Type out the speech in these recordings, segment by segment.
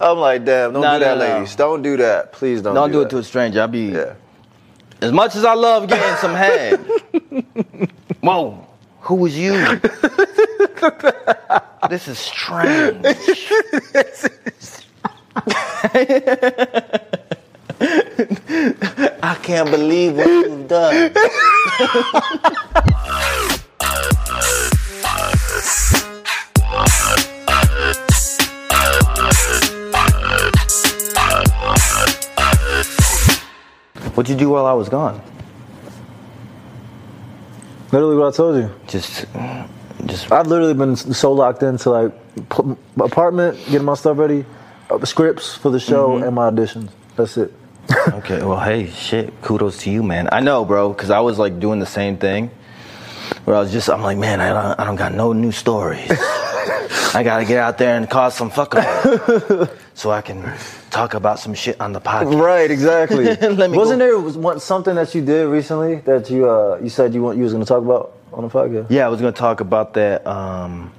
I'm like, damn, don't No, do that, no, no. ladies. Don't do that. Please don't. Don't do it that. to a stranger. I be Yeah. as much as I love getting some head. Whoa, who was you? this is strange. I can't believe what you've done. What'd you do while I was gone? Literally what I told you. Just, just. I've literally been so locked into like p- apartment, getting my stuff ready, uh, scripts for the show, Mm-hmm. and my auditions. That's it. Okay, well, hey, shit, kudos to you, man. I know, bro, because I was like doing the same thing where I was just, I'm like, man, I don't, I don't got no new stories. I gotta get out there and cause some fuckery so I can talk about some shit on the podcast. Right, exactly. Let me Wasn't go. there was one, something that you did recently that you uh, you said you want you was going to talk about on the podcast? Yeah, I was gonna talk about that um,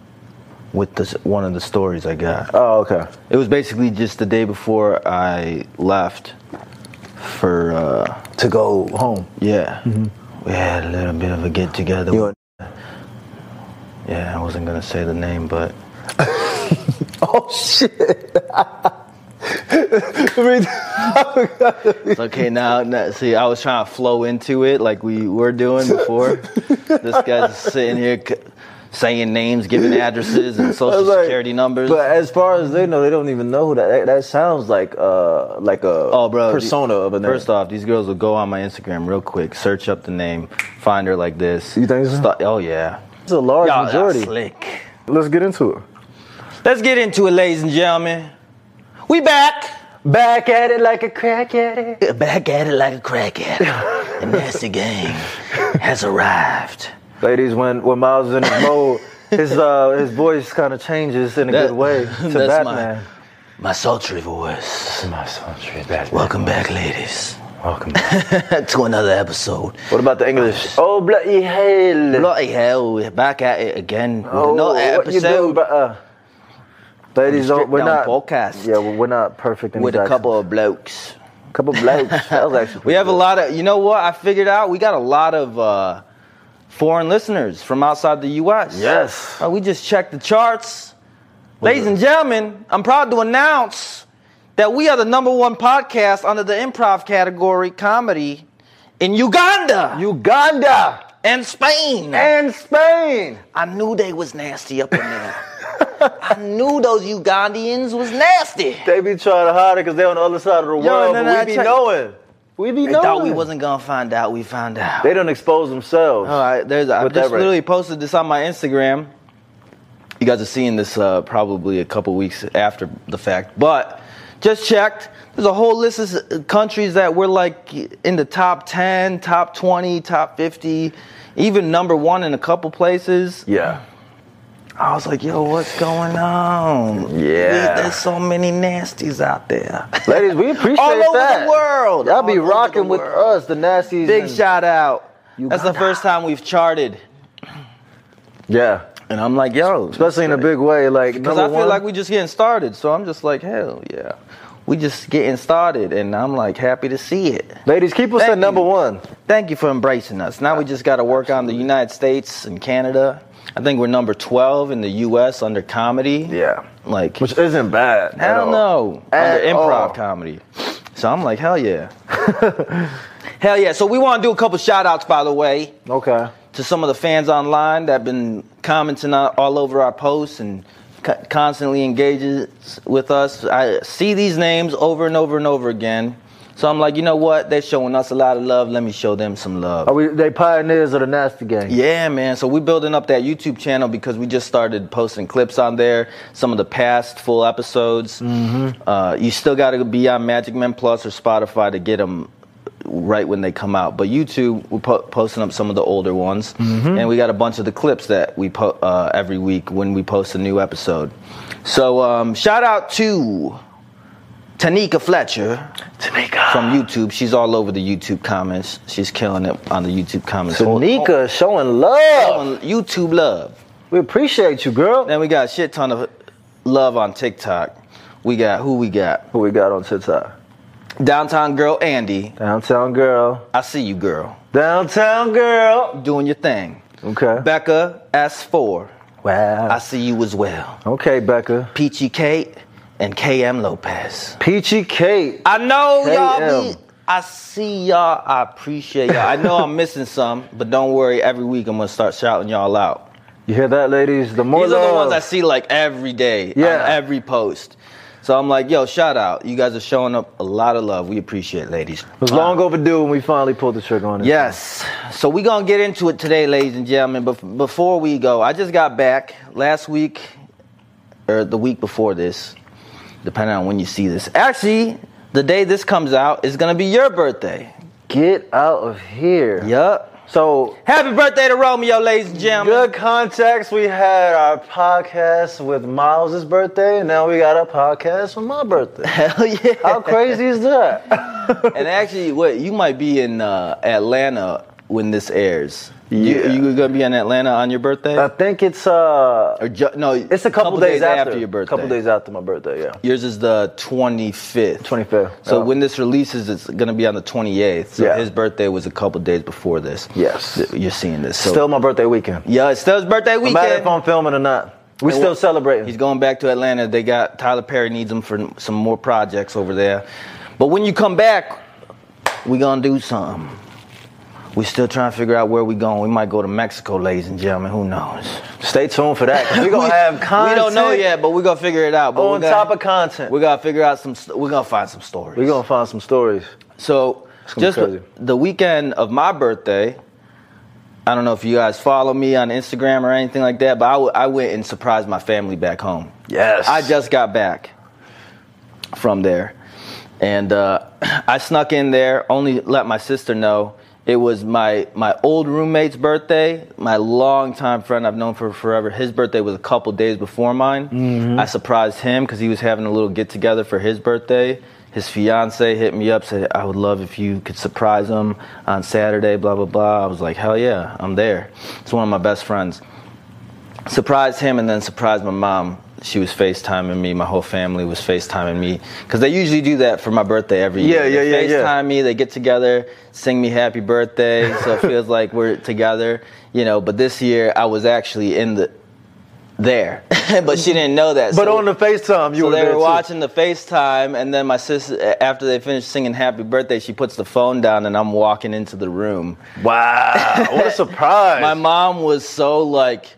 with this, one of the stories I got. Oh, okay. It was basically just the day before I left for, uh, To go home. yeah. We had a little bit of a get together. Mm-hmm. You went, Yeah, I wasn't gonna say the name, but oh shit. I mean, it's okay now, now. See, I was trying to flow into it like we were doing before. this guy's sitting here c- saying names, giving addresses, and I social was like- security numbers. But as far as they know, they don't even know who that. That, that sounds like uh like a oh, bro, persona of a name. First off, these girls will go on my Instagram real quick, search up the name, find her like this. You think so? Stu- oh yeah, it's a large Y'all are majority. slick. Let's get into it. Let's get into it, ladies and gentlemen. We back. Back at it like a crack at it. Back at it like a crack at it. The nasty gang has arrived. Ladies, when when Miles is in his mode, his uh his voice kind of changes in a That- good way to that's Batman. My sultry voice. My, my Batman. Welcome back, ladies, Welcome. back. to another episode. what about the English? Oh bloody hell! Bloody hell, we're back at it again. with oh, another what you doing, episode but, uh, ladies, Strip don't, we're not down podcast. Yeah, well, we're not perfect. In with these a couple accents. of blokes. couple blokes. That was actually We have a pretty lot of, you know what? I figured out we got a lot of uh, foreign listeners from outside the U.S. Yes. Uh, we just checked the charts. Ladies and gentlemen, I'm proud to announce that we are the number one podcast under the improv category comedy in Uganda. good. Uganda and Spain. and Spain. I knew they was nasty up in there. I knew those Ugandians was nasty. They be trying to hide it because they on the other side of the Yo, world, and then I but we be check- knowing. We be They knowing. thought we wasn't gonna find out. We found out. They don't expose themselves. All right, there's. I With just that rate. literally posted this on my Instagram. You guys are seeing this uh, probably a couple weeks after the fact, but just checked. There's a whole list of s- countries that we're like in the top 10, top 20, top 50, even number one in a couple places. Yeah. I was like, yo, what's going on? Yeah. We- there's so many nasties out there. Ladies, we appreciate All over that. the world. Y'all be All over rocking the with world. us, the nasties. Big and- shout out. That's the Uganda. first time we've charted. Yeah. And I'm like, yo. Especially in a big way. Like, Because number I feel one, like we just getting started. So I'm just like, hell yeah. We just getting started. And I'm like, happy to see it. ladies, keep us Thank at number you. one. Thank you for embracing us. Now we just got to work on the United States and Canada. I think we're number 12 in the US under comedy. Yeah. Like, Which isn't bad. I at all. don't know. At Under improv all. comedy. So I'm like, hell yeah. hell yeah. So we want to do a couple shout outs, by the way, Okay. to some of the fans online that have been commenting on, all over our posts and co- constantly engages with us. I see these names over and over and over again. So I'm like, you know what? They're showing us a lot of love. Let me show them some love. Are we they pioneers of the nasty game? Yeah, man. So we're building up that YouTube channel because we just started posting clips on there, some of the past full episodes. Mm-hmm. Uh, you still got to be on Magic Men Plus or Spotify to get them right when they come out. But YouTube, we're po- posting up some of the older ones, and we got a bunch of the clips that we po- uh, every week when we post a new episode. So um, shout out to Tanika Fletcher. Tanika. From YouTube. She's all over the YouTube comments. She's killing it on the YouTube comments. Tanika showing love. On YouTube love. We appreciate you, girl. Then we got a shit ton of love on TikTok. We got who we got? Who we got on TikTok? Downtown girl Andy. Downtown girl. I see you, girl. Downtown girl. Doing your thing. Okay. Becca S4. wow. I see you as well. okay, Becca. Peachy Kate and KM Lopez. Peachy Kate. I know y'all KM. be. I see y'all. I appreciate y'all. I know I'm missing some, but don't worry. Every week I'm gonna start shouting y'all out. You hear that, ladies? The more These love. are the ones I see like every day Yeah. on every post. So I'm like, yo, shout out. You guys are showing up a lot of love. We appreciate it, ladies. It was long Uh. overdue when we finally pulled the trigger on it. Yes. So we're going to get into it today, ladies and gentlemen. But before we go, I just got back last week or the week before this, depending on when you see this. Actually, the day this comes out is going to be your birthday. Get out of here. Yup. So Happy birthday to Romeo, ladies and gentlemen. Good context. We had our podcast with Miles' birthday, and now we got a podcast with my birthday. Hell yeah. How crazy is that? and actually, wait, you might be in uh, Atlanta when this airs. You, Yeah. you gonna be in Atlanta on your birthday? I think it's uh, or ju- no, it's a couple, days, after, your birthday. Couple days after my birthday, yeah. Yours is the 25th. 25th, So yeah. when this releases, it's gonna be on the 28th. So Yeah. his birthday was a couple days before this. Yes. Th- You're seeing this. So, Still my birthday weekend. yeah, it's still his birthday No weekend. matter if I'm filming or not, we And still what- celebrating. He's going back to Atlanta. They got Tyler Perry needs him for some more projects over there. But when you come back, we gonna do something. We still trying to figure out where we going. We might go to Mexico, ladies and gentlemen. Who knows? Stay tuned for that. 'cause We gonna We- have content. We don't know yet, but we gonna figure it out. But On we gonna- top of content, we gotta figure out some. st- We gonna find some stories. we gonna find some stories. So gonna be just crazy. the weekend of my birthday, I don't know if you guys follow me on Instagram or anything like that, but I w- I went and surprised my family back home. Yes. I just got back from there, and uh, I snuck in there. Only let my sister know. It was my my old roommate's birthday. My longtime friend I've known for forever. His birthday was a couple days before mine. I surprised him because he was having a little get together for his birthday. His fiance hit me up, said, "I would love if you could surprise him on Saturday." Blah blah blah. I was like, "Hell yeah, I'm there." It's one of my best friends surprised him and then surprised my mom. She was FaceTiming me. My whole family was FaceTiming me because they usually do that for my birthday every Yeah, year. They yeah, yeah, yeah. FaceTime me. They get together, sing me happy birthday, so it feels like we're together, you know. But this year I was actually in the there, but she didn't know that. but so- on the FaceTime, you so were they there were too. watching the FaceTime, and then my sister, after they finished singing Happy Birthday, she puts the phone down, and I'm walking into the room. Wow, what a surprise! My mom was so like,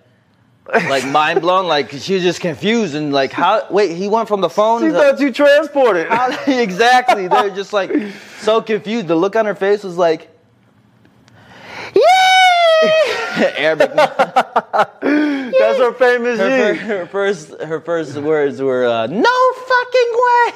like mind blown. Like she was just confused and like, how? Wait, he went from the phone. She to- thought you transported. how- exactly. They're just like so confused. The look on her face was like, yay! Arabic. That's her famous Her, yeet. her first, her first words were, uh, "No fucking way."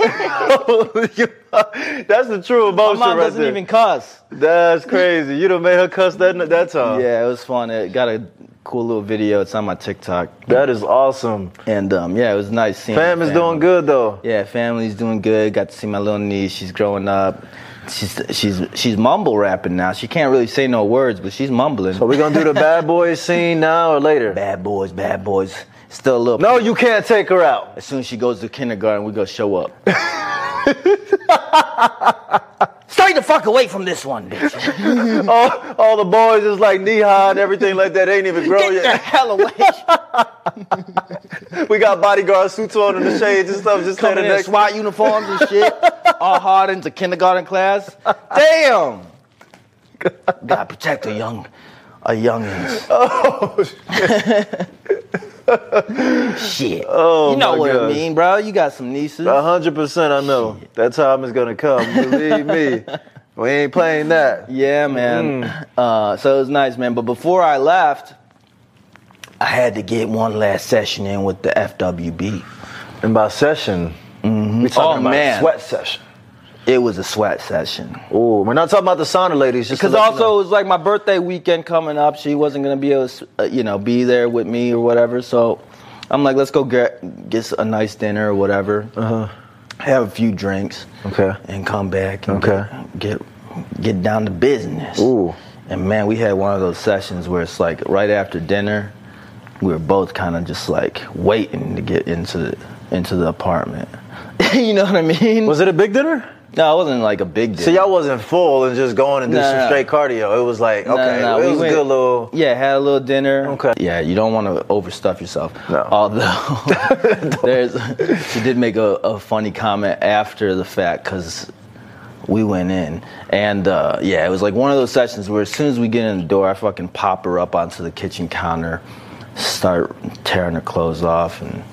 That's the true My emotion mom right doesn't there. even cuss. That's crazy. You done made her cuss that that time. Yeah, it was fun. It got a cool little video. It's on my TikTok, That is awesome. and um, yeah, it was nice seeing. the Fam is family. doing good though. Yeah, family's doing good. Got to see my little niece. She's growing up. She's she's she's mumble rapping now. She can't really say no words, but she's mumbling. Are we gonna do the bad boy scene now or later? bad boys, bad boys. Still a little. No, you can't take her out. As soon as she goes to kindergarten, we gonna show up. Stay the fuck away from this one, bitch. all, all the boys is like knee high and everything like that. They ain't even grow Get the yet. hell away. We got bodyguard suits on and the shades and stuff. Just Coming standing in in next. SWAT uniforms and shit, all hard into kindergarten class. Damn. Oh, Gotta protect a young, a youngins. Shit. Oh, you know my what gosh. Uh-huh. I mean, bro. You got some nieces. A hundred percent, I know that time is gonna come. Believe me, we ain't playing that. Yeah, man. Mm. Uh, so it was nice, man. But before I left, I had to get one last session in with the FWB. And by session, we talking Oh, about man. sweat session. It was a sweat session. Oh, we're not talking about the sauna ladies, just to Because let you also it was like my birthday weekend coming up. She wasn't gonna be able, to, uh, you know, be there with me or whatever. So I'm like, let's go get get a nice dinner or whatever. Uh huh. Have a few drinks. Uh-huh. Okay. And come back. And Okay. Get get, get down to business. Ooh. And man, we had one of those sessions where it's like right after dinner, we were both kind of just like waiting to get into the, into the apartment. you know what I mean? Was it a big dinner? no, it wasn't like a big deal. So y'all wasn't full and just going and do No, some no. straight cardio. It was like No, okay, no, no, it we was went- a good little. Yeah, had a little dinner. Okay. Yeah, you don't want to overstuff yourself. No. Although there's, she did make a, a funny comment after the fact because we went in and uh, yeah, it was like one of those sessions where as soon as we get in the door, I fucking pop her up onto the kitchen counter, start tearing her clothes off and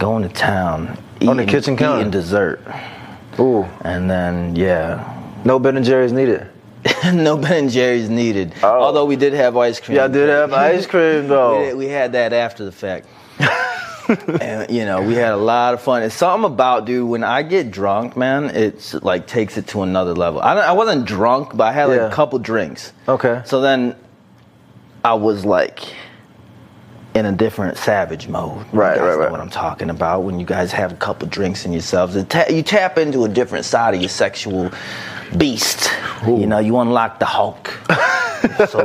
going to town. On the eating- kitchen counter? eating dessert, Ooh, and then yeah. no Ben and Jerry's needed. no Ben and Jerry's needed. Oh. Although we did have ice cream. Y'all did have ice cream though. We, we had that after the fact. and you know, we had a lot of fun. It's something about dude when I get drunk, man, it's like takes it to another level. I, don't- I wasn't drunk, but I had like Yeah. a couple drinks. Okay. So then I was like in a different savage mode. Right, right, you guys right. Know what I'm talking about when you guys have a couple drinks in yourselves, it ta- you tap into a different side of your sexual beast. You know, you unlock the Hulk, so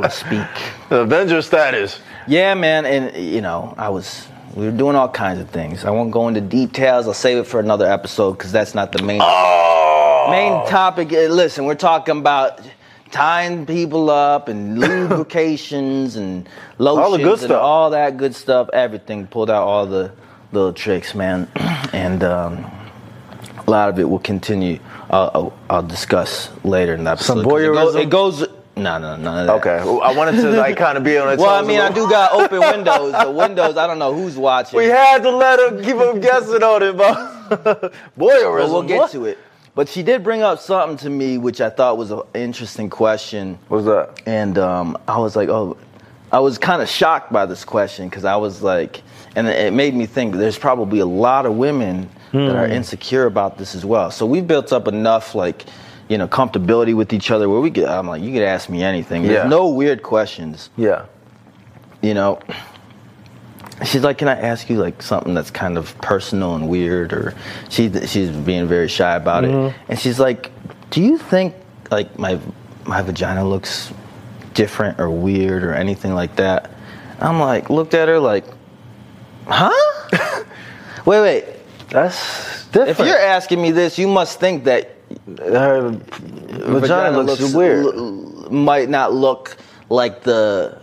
to speak. The Avenger status. Yeah, man, and you know, I was we were doing all kinds of things. I won't go into details. I'll save it for another episode because that's not the main Oh, main topic. Uh, Listen, we're talking about tying people up and lubrications and lotions All the good and stuff. all that good stuff. Everything pulled out all the little tricks, man, and um, a lot of it will continue. I'll, I'll, I'll discuss later in the episode. Some 'cause voyeurism? It goes. It goes no, no, none of that. Okay, well, I wanted to like kind of be on it. Well, I mean, I do got open windows. The windows, I don't know who's watching. We had to let him keep him guessing on it, bro. Boyerism. but we'll get what? to it. But she did bring up something to me, which I thought was an interesting question, What's that? and um, I was like, oh, I was kind of shocked by this question because I was like, and it made me think there's probably a lot of women that Hmm. are insecure about this as well. So we built up enough like, you know, comfortability with each other where we could. I'm like, you could ask me anything. There's Yeah. no weird questions. Yeah. you know she's like can i ask you like something that's kind of personal and weird or she she's being very shy about it and she's like do you think like my my vagina looks different or weird or anything like that i'm like looked at her like huh wait wait That's if different. you're asking me this you must think that Her vagina, looks, weird. l- l- might not look like the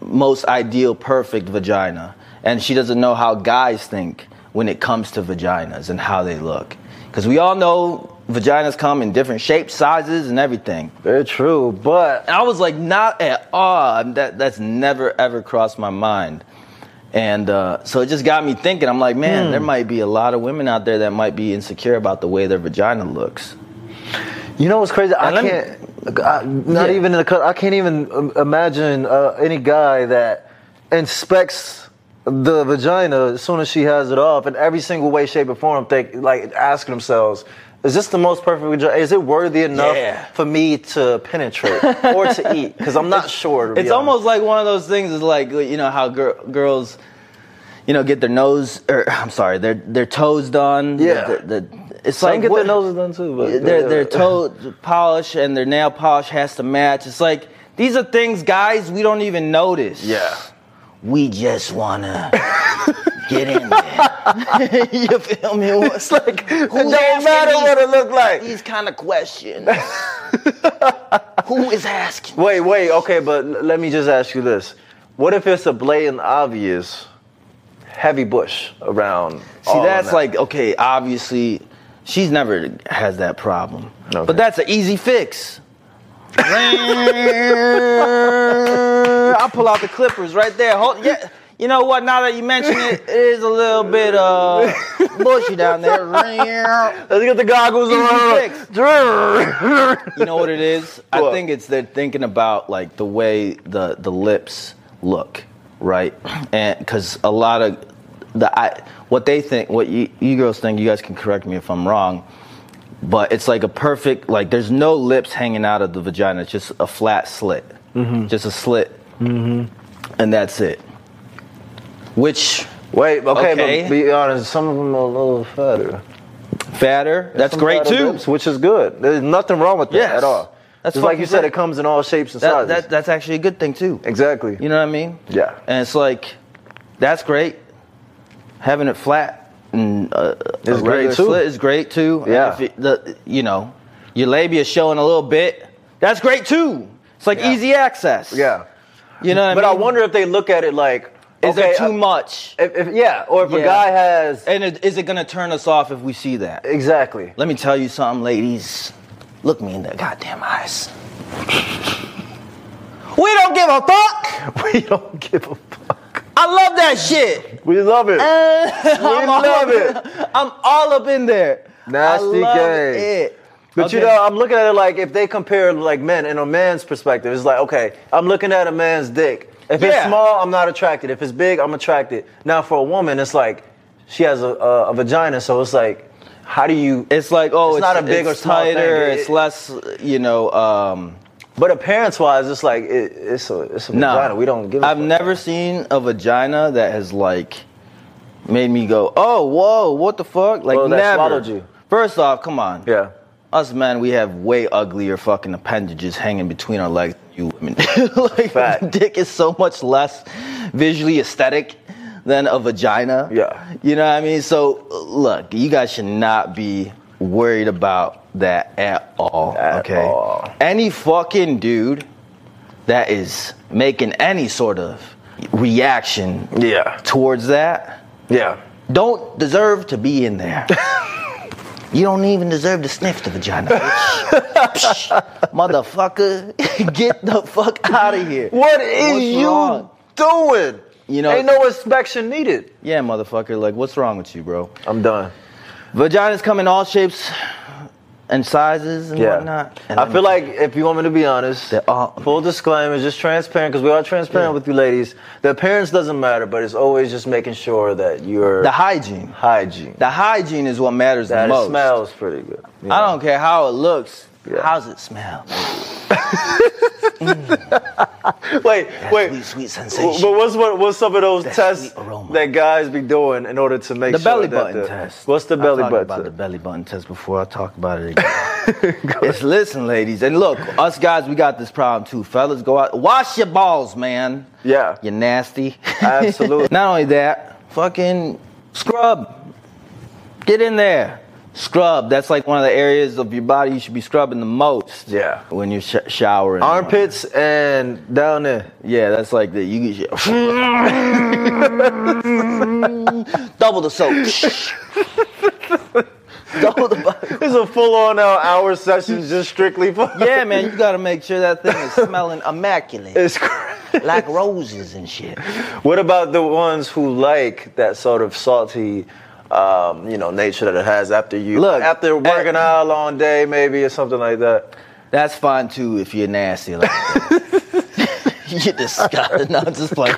most ideal perfect vagina and she doesn't know how guys think when it comes to vaginas and how they look because we all know vaginas come in different shapes sizes and everything Very true, but and I was like, not at all. That that's never ever crossed my mind. And uh, so it just got me thinking. I'm like, man, Hmm. there might be a lot of women out there that might be insecure about the way their vagina looks. you know what's crazy? I let me- can't. I, not Yeah. even in the cut. I can't even um, imagine uh, any guy that inspects the vagina as soon as she has it off in every single way, shape, or form. Think like asking themselves. Is this the most perfect vagina? Is it worthy enough Yeah. for me to penetrate or to eat? Because I'm not sure. To be It's honest. almost like one of those things. Is like you know how gir- girls, you know, get their nose or I'm sorry, their their toes done. Yeah. The- the- it's Some like get what- their noses done too, but their their toe polish and their nail polish has to match. It's like these are things, guys, we don't even notice. Yeah. we just wanna get in there. you feel me? It's like who It don't matter what it look like. These kind of questions. Who is asking? Wait, wait, okay, but l- let me just ask you this. What if it's a blatant obvious heavy bush around? See, that's like okay. Obviously, she's never has that problem, Okay. but that's an easy fix. I pull out the clippers right there. Hold, yeah, You know what? Now that you mention it, it is a little bit uh, bushy down there. Let's get the goggles Easy on. fix. Drrrr. You know what it is? I What? think it's they're thinking about like the way the the lips look, right? And because a lot of the I, what they think, what you, you girls think, you guys can correct me if I'm wrong, but it's like a perfect like. There's no lips hanging out of the vagina. It's just a flat slit, Mm-hmm. just a slit, and that's it. Which Wait, okay, Okay. but be honest, some of them are a little fatter. fatter? That's Some great fatter too. lips, which is good. There's nothing wrong with that Yes. at all. That's Just like you fucking said, great. it comes in all shapes and That, sizes. that that's actually a good thing too. exactly. You know what I mean? Yeah. And it's like, that's great. Having it flat and uh, a It's great, regular too. slit is great too. And Yeah. if it- the, you know, your labia showing a little bit. That's great too. It's like Yeah. easy access. yeah. You know what but I I mean? wonder if they look at it like, Is okay, there too uh, much? If, if, yeah, or if Yeah. a guy has And it, is it going to turn us off if we see that? exactly. Let me tell you something, ladies. Look me in the goddamn eyes. we don't give a fuck. We don't give a fuck. I love that shit. We love it. I'm all love up in- it. I'm all up in there. Nasty I love game. It. But you Okay. know, I'm looking at it like if they compare like men in a man's perspective, it's like okay, I'm looking at a man's dick. If it's Yeah. small, I'm not attracted. If it's big, I'm attracted. Now for a woman, it's like she has a, a, a vagina, so it's like, how do you? it's like oh, It's it's, not a big it's or small thing. tighter. It- It's less, you know. Um, but appearance wise, it's like it, it's a it's a no, vagina. We don't give. a I've fuck. never seen a vagina that has like made me go, oh, whoa, what the fuck? Like Well, that never. swallowed you. First off, come on. Yeah. Us men, we have way uglier fucking appendages hanging between our legs. than You women, like Fact. dick is so much less visually aesthetic than a vagina. Yeah. you know what I mean. So look, you guys should not be worried about that at all. At okay, all. any fucking dude that is making any sort of reaction Yeah. towards that Yeah. don't deserve to be in there. you don't even deserve to sniff the vagina. bitch. Psh, Motherfucker, get the fuck out of here. What is What's you wrong? doing? You know- ain't no inspection needed. Yeah, motherfucker, like what's wrong with you, bro? I'm done. Vaginas come in all shapes and sizes and Yeah. whatnot. And I I'm- feel like if you want me to be honest, They're all- full disclaimer, just transparent because we are transparent Yeah. with you ladies. The appearance doesn't matter, but it's always just making sure that your the hygiene. hygiene The hygiene is what matters that the it most. smells pretty good. you I know? don't care how it looks. Yeah. How's it smell? wait, wait. Sweet, W- sweet sensation. But what's what, what's some of those That tests sweet aroma. that guys be doing in order to make the sure belly that button the- test. What's the I'll belly talk button? About the test? belly button test before I talk about it again. it's listen, ladies, and look, us guys, we got this problem too. Fellas, go out, wash your balls, man. Yeah. you nasty. Absolutely. Not only that, fucking scrub. Get in there. Scrub. That's like one of the areas of your body you should be scrubbing the most. Yeah. When you're sh- showering. Armpits and down there. Yeah, that's like the you double the soap. double the bu- It's a full on hour session just strictly for Yeah, man, you gotta make sure that thing is smelling immaculate. It's crazy. like roses and shit. What about the ones who like that sort of salty, um, you know, nature that it has after you Look, after working eh, out a long day, maybe or something like that? That's fine too if you're nasty like that. you disgusting. No, I'm just playing.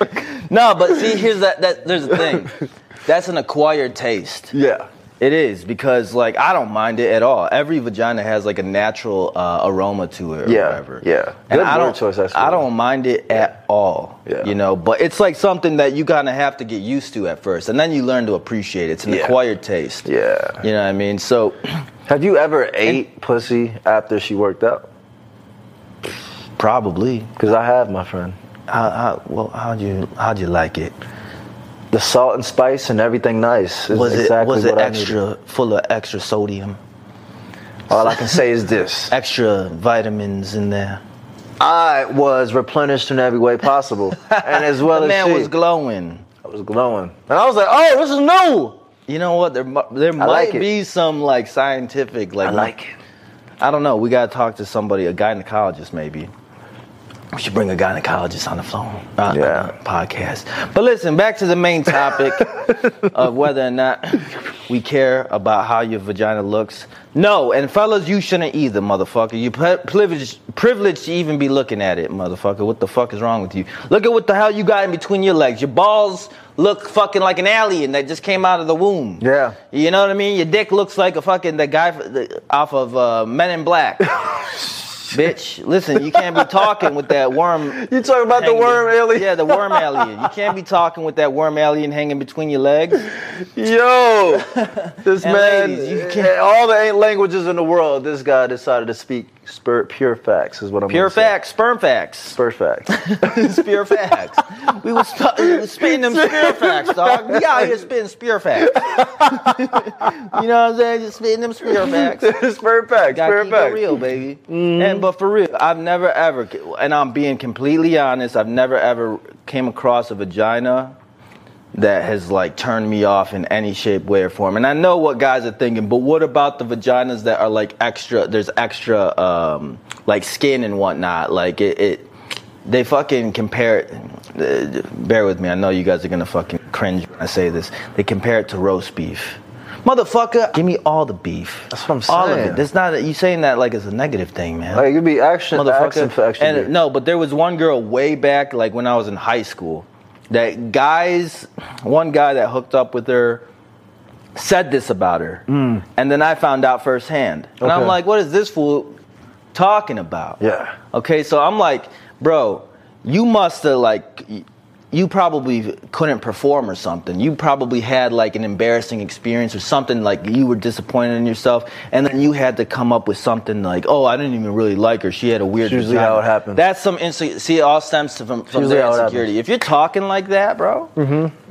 No, but see, here's that that there's the thing. That's an acquired taste. Yeah, It is because like I don't mind it at all. Every vagina has like a natural uh, aroma to it or Yeah, whatever. yeah. And Good I word don't choice, actually. I don't mind it at all. Yeah. You know, but it's like something that you kind of have to get used to at first and then you learn to appreciate it. It's an Yeah. acquired taste. yeah. You know what I mean? So Have you ever ate pussy after she worked out? probably Because I have, my friend. how, how well how'd you how'd you like it? The salt and spice and everything nice is Was exactly it was it what I needed. extra full of extra sodium, All I can say is this: extra vitamins in there? I was replenished in every way possible, and as well the as man she, was glowing. I was glowing, and I was like, "Oh, this is new." You know what? There, mu- there might like it. be some like scientific like I like it. I don't know. We gotta talk to somebody, a gynecologist maybe. We should bring a gynecologist on the phone uh, Yeah. podcast. But listen, back to the main topic of whether or not we care about how your vagina looks. No, and fellas, you shouldn't either, motherfucker. You're pri- privileged, privileged to even be looking at it, motherfucker. What the fuck is wrong with you? Look at what the hell you got in between your legs. Your balls look fucking like an alien that just came out of the womb. Yeah. You know what I mean? Your dick looks like a fucking the guy f- the, off of uh, Men in Black. Bitch, listen, you can't be talking with that worm You talking about the hanging- worm alien? Yeah, the worm alien. You can't be talking with that worm alien hanging between your legs. Yo, this man, And eh, ladies, you can't- all the eight languages in the world, this guy decided to speak spur, pure facts, is what I'm Pure gonna say. facts, sperm facts. Pure facts. It's pure facts. We was, sp- we was spitting them spear facts, dog. We out here spitting spear facts. you know what I'm saying? Just spitting them spear facts. Spur facts. Gotta Spur keep it facts. Mm-hmm. real, baby. And but for real, I've never ever, and I'm being completely honest. I've never ever came across a vagina that has like turned me off in any shape, way, or form. And I know what guys are thinking, but what about the vaginas that are like extra? There's extra, um, like skin and whatnot. Like it, it they fucking compare it. Uh, bear with me. I know you guys are gonna fucking cringe when I say this. They compare it to roast beef. Motherfucker, give me all the beef. That's what I'm All of saying. it. That's not you saying that like it's a negative thing, man Like, it'd be action, action for motherfucker. action. And no, but there was one girl way back, like when I was in high school, that guys, one guy that hooked up with her said this about her, and then I found out firsthand, and I'm Mm. Okay. like, what is this fool talking about? Yeah. Okay, so I'm like, bro, you must have like. y- You probably couldn't perform or something. You probably had like an embarrassing experience or something like you were disappointed in yourself, and then you had to come up with something like, "Oh, I didn't even really like her. She had a weird." It's usually vagina." how it happens. That's some insecurity. See, it all stems to- from, from usually their how it happens. Mm-hmm. insecurity. If you're talking like that, bro,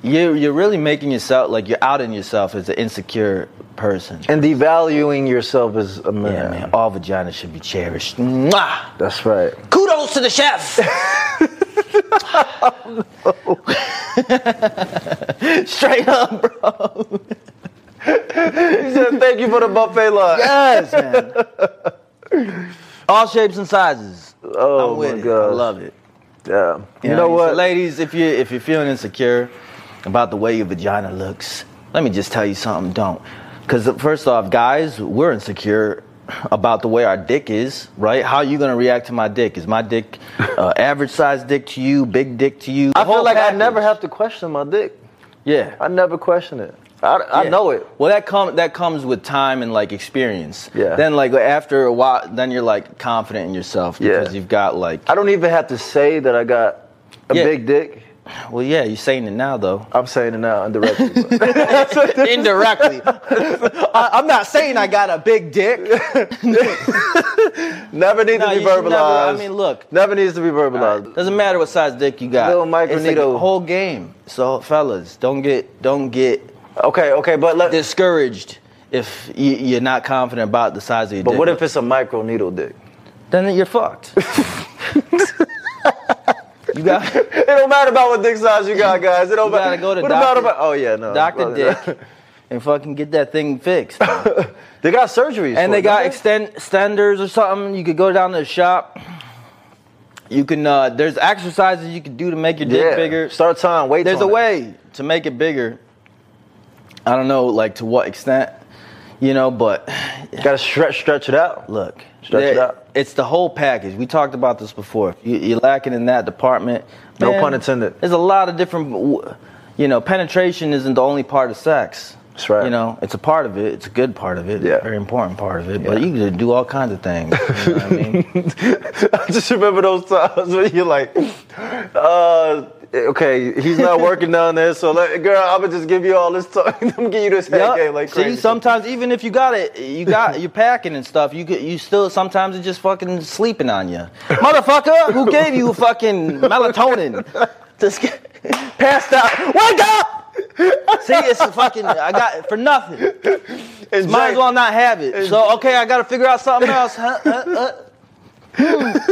you you're really making yourself like you're outing yourself as an insecure person. And devaluing yourself as a man. yeah, man, all vaginas should be cherished. Mwah! That's right. Kudos to the chef. Straight up, bro. He said, thank you for the buffet line. Yes, man. All shapes and sizes. Oh, I'm with my it. gosh. I love it. Yeah. You, You know so what? ladies? If you if you're feeling insecure about the way your vagina looks, let me just tell you something. Don't, because first off, guys, we're insecure about the way our dick is. Right? How you gonna react to my dick? Is my dick uh, average size dick to you? Big dick to you? I The whole feel like I package. never have to question my dick. Yeah. I never question it. I, I Yeah. know it. Well, that come that comes with time and like experience. Yeah. Then like after a while, then you're like confident in yourself Yeah. because you've got like. I don't even have to say that I got a Yeah. big dick. Well, yeah, you're saying it now though. I'm saying it now indirectly. but- Indirectly. I, I'm not saying I got a big dick. Never need No, to you be should never- verbalized. I mean, look. Never needs to be verbalized. Doesn't matter what size dick you got. Little micro it's like needle. the whole game. So fellas, don't get don't get Okay, okay, but let. discouraged if you, you're not confident about the size of your but dick. what if it's a micro needle dick? then you're fucked. you got. It don't matter about what dick size you got, guys. It don't You gotta matter. go to what doctor- about about? Oh yeah, no. Doctor Dick and fucking get that thing fixed. They got surgeries. and for they it, got don't extend extenders or something. You could go down to the shop. You can uh, there's exercises you can do to make your dick yeah. bigger. Start time. Wait. There's a way to make it bigger. I don't know like to what extent, you know, but Got to stretch, stretch it out. look. Stretch it there- out. It's the whole package. We talked about this before. If You, you're lacking in that department. No pun intended. There's a lot of different, w- you know, penetration isn't the only part of sex. That's right. You know, it's a part of it. It's a good part of it. Yeah. Very important part of it. But you can do all kinds of things. You know what I mean? I just remember those times when you're like, uh, okay, he's not working down there, so let, girl, I'm gonna just give you all this time. I'm gonna give you this head Yup. game like See, crazy. sometimes even if you got it, you got you're packing and stuff. You could, you still sometimes it's just fucking sleeping on you, motherfucker. Who gave you fucking melatonin? Just get- passed out. Wake up. See, it's a fucking. I got it for nothing. It's Might as Jake. well not have it. So okay, I gotta figure out something else. Huh, huh, huh.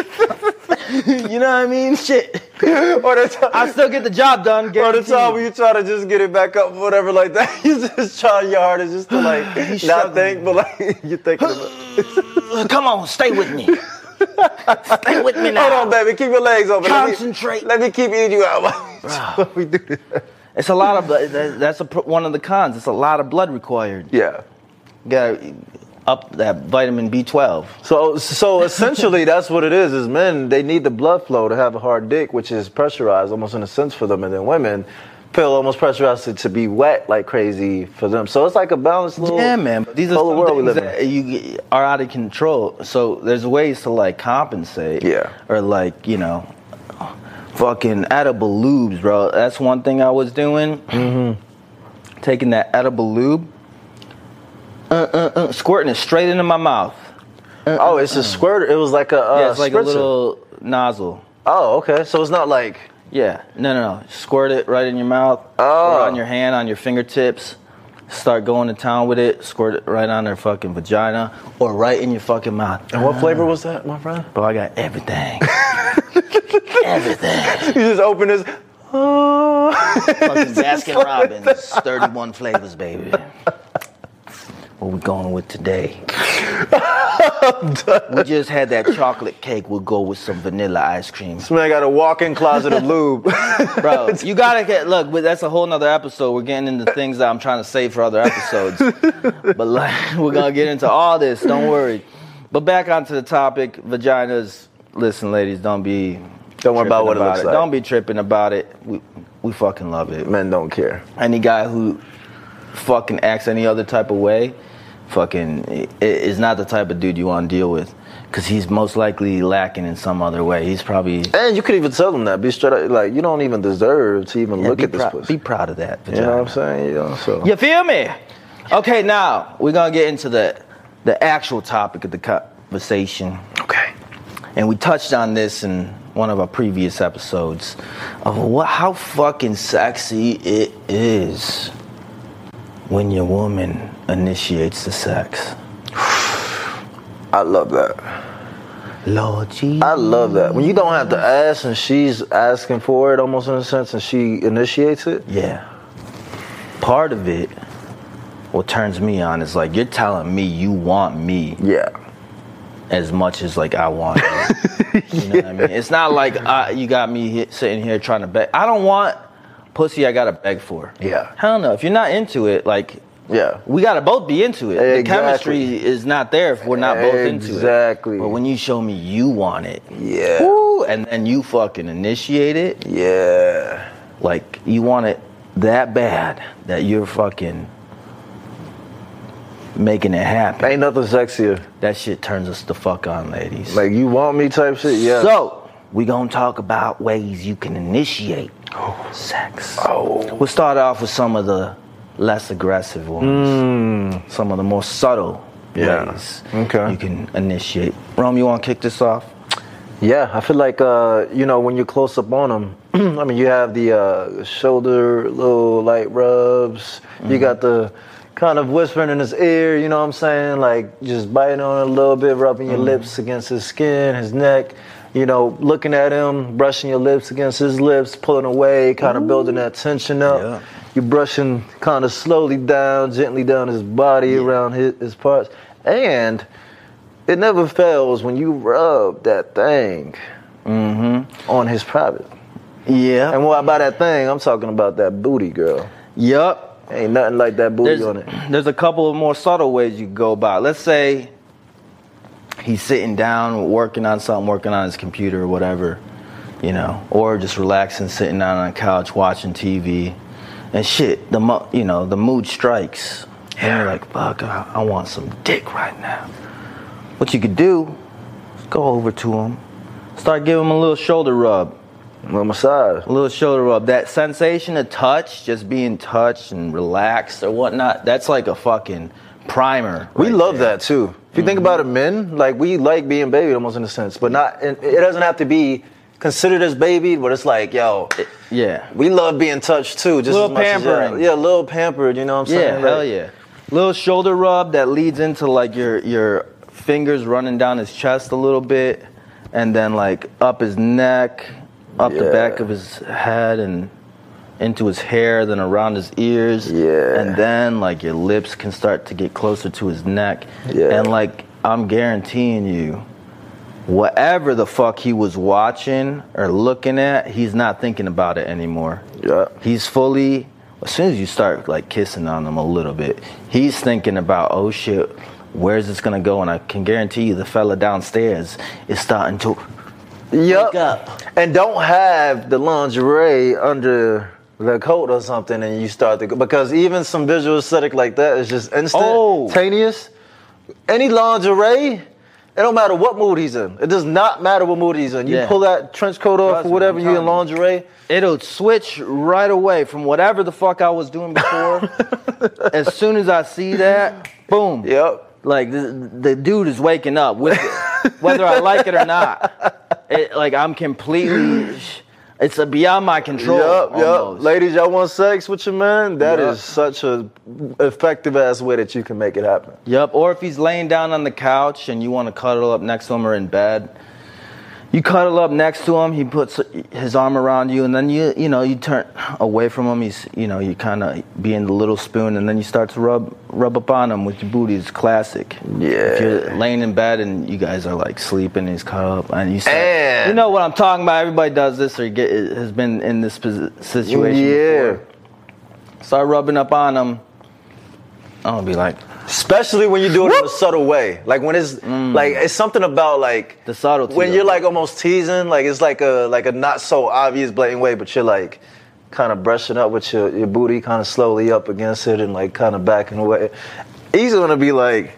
you know what I mean? Shit. Or the time, I still get the job done. or the guaranteed. time when you try to just get it back up, whatever, like that. You just try your hardest just to like He's not struggling. think, but like you thinking about. Come on, stay with me. Stay with me now. Hold on, baby. Keep your legs open. Let me- Concentrate. Let me keep eating you out. while we do this. It's a lot of blood. that- That's a, pr- one of the cons. It's a lot of blood required. Yeah. You gotta up that vitamin B12. So, so essentially, that's what it is. Is men they need the blood flow to have a hard dick, which is pressurized, almost in a sense for them, and then women feel almost pressurized to, to be wet like crazy for them. So it's like a balanced little yeah, man. But these are whole some world we live things in. that you g- are out of control. So there's ways to like compensate. Yeah. Or like you know, fucking edible lubes, bro. That's one thing I was doing. Mm-hmm. Taking that edible lube, uh, uh, uh, squirting it straight into my mouth. Oh, it's a squirt. It was like a uh, Yeah, it's like spritzer. a little nozzle. Oh, okay. So it's not like Yeah, no, no, no. Squirt it right in your mouth. Oh. Or on your hand, on your fingertips. Start going to town with it. Squirt it right on their fucking vagina or right in your fucking mouth. And what flavor was that, my friend? Bro, I got everything. You just open this. Ah. fucking Baskin Robbins, 31 flavors, baby. What we going with today? We just had that chocolate cake. We'll go with some vanilla ice cream. This man got a walk-in closet of lube. bro. You gotta get look, but that's a whole nother episode. We're getting into things that I'm trying to save for other episodes. but like, we're gonna get into all this. Don't worry. But back onto the topic, vaginas. Listen, ladies, don't be Don't worry about tripping what it looks like. Don't be tripping about it. We we fucking love it. Men don't care. Any guy who fucking acts any other type of way, fucking i- is not the type of dude you want to deal with. Cause he's most likely lacking in some other way. He's probably And you could even tell them that. Be straight up, like you don't even deserve to even Yeah, look be at this prou- pussy. Be proud of that. you Vagina. know what I'm saying? You know, so You feel me? Okay, now we're gonna get into the the actual topic of the conversation, okay. and we touched on this in one of our previous episodes of what how fucking sexy it is when your woman initiates the sex. I love that. Lord Jesus. I love that. When you don't have to ask and she's asking for it almost in a sense and she initiates it. Yeah. Part of it, what turns me on is like you're telling me you want me. Yeah. as much as like I want. you. You know what I mean? It's not like I, you got me he- sitting here trying to beg. I don't want pussy. I gotta beg for. Yeah. Hell no. If you're not into it, like Yeah. we gotta both be into it. The Exactly. chemistry is not there if we're not both into it. Exactly. But when you show me you want it, Yeah. woo, and then you fucking initiate it, Yeah. like you want it that bad that you're fucking making it happen. Ain't nothing sexier. That shit turns us the fuck on, ladies. Like you want me type shit. Yeah. So, we going to talk about ways you can initiate sex. Oh. We'll start off with some of the less aggressive ones, some of the more subtle Hmm. Yeah. ways Okay. you can initiate. Rome, you want to kick this off? Yeah, I feel like uh, you know when you're close up on them. I mean, you have the uh, shoulder little light rubs. You got the kind of whispering in his ear. You know what I'm saying? Like just biting on it a little bit, rubbing your lips against his skin, his neck. You know, looking at him, brushing your lips against his lips, pulling away, kind of building that tension up. Yeah. You're brushing kind of slowly down, gently down his body around his, his parts, and it never fails when you rub that thing on his private. Yeah. And what about that thing? I'm talking about that booty, girl. yep. Ain't nothing like that booty There's, on it. there's a couple of more subtle ways you can go about. Let's say he's sitting down, working on something, working on his computer or whatever, you know, or just relaxing, sitting down on a couch, watching TV, and shit. The mo- you know the mood strikes, and you're like, "Fuck, I, I want some dick right now." What you could do is go over to him, start giving him a little shoulder rub. On my side. A little shoulder rub. That sensation of touch, just being touched and relaxed or whatnot, that's like a fucking primer. We right love there. that Mm-hmm. too. If you think about it, men, like we like being babied almost in a sense, but not, and it doesn't have to be considered as babied, but it's like, yo, Yeah. we love being touched too. Just Little as much as y'all. pampering. yeah, a little pampered, you know what I'm Yeah, saying? hell Like, yeah. Little shoulder rub that leads into like your your fingers running down his chest a little bit and then like up his neck, up the Yeah. back of his head and into his hair, then around his ears. Yeah. And then like your lips can start to get closer to his neck. Yeah. And like I'm guaranteeing you whatever the fuck he was watching or looking at, he's not thinking about it anymore. Yeah. He's fully as soon as you start like kissing on him a little bit, he's thinking about, oh shit, where's this gonna go? And I can guarantee you the fella downstairs is starting to Yup. Wake up. And don't have the lingerie under the coat or something, and you start to because even some visual aesthetic like that is just Oh. instantaneous. Any lingerie. It don't matter what mood he's in. It does not matter what mood he's in. You Yeah. pull that trench coat off Trust me, or whatever, I'm you in telling you. lingerie. it'll switch right away from whatever the fuck I was doing before. as soon as I see that, boom. Yep. Like the, the dude is waking up with it, whether I like it or not. It, like I'm completely. It's uh, beyond my control. Yup, yup. almost. Ladies, y'all want sex with your man? That is Yup. such a effective ass way that you can make it happen. Yep. Or if he's laying down on the couch and you want to cuddle up next to him or in bed, you cuddle up next to him. He puts his arm around you, and then you you know you turn away from him. He's you know you kind of being the little spoon, and then you start to rub rub up on him with your booty. It's classic. If you're laying in bed and you guys are like sleeping, and he's cuddled up, and you start, And- you know what I'm talking about. Everybody does this or get has been in this posi- situation. Yeah. Before. Start rubbing up on him. I'm gonna be like. Especially when you do it in a subtle way. Like when it's like it's something about like The subtlety When of you're it. like almost teasing, like it's like a like a not so obvious blatant way, but you're like kind of brushing up with your, your booty kind of slowly up against it and like kind of backing away. He's gonna be like,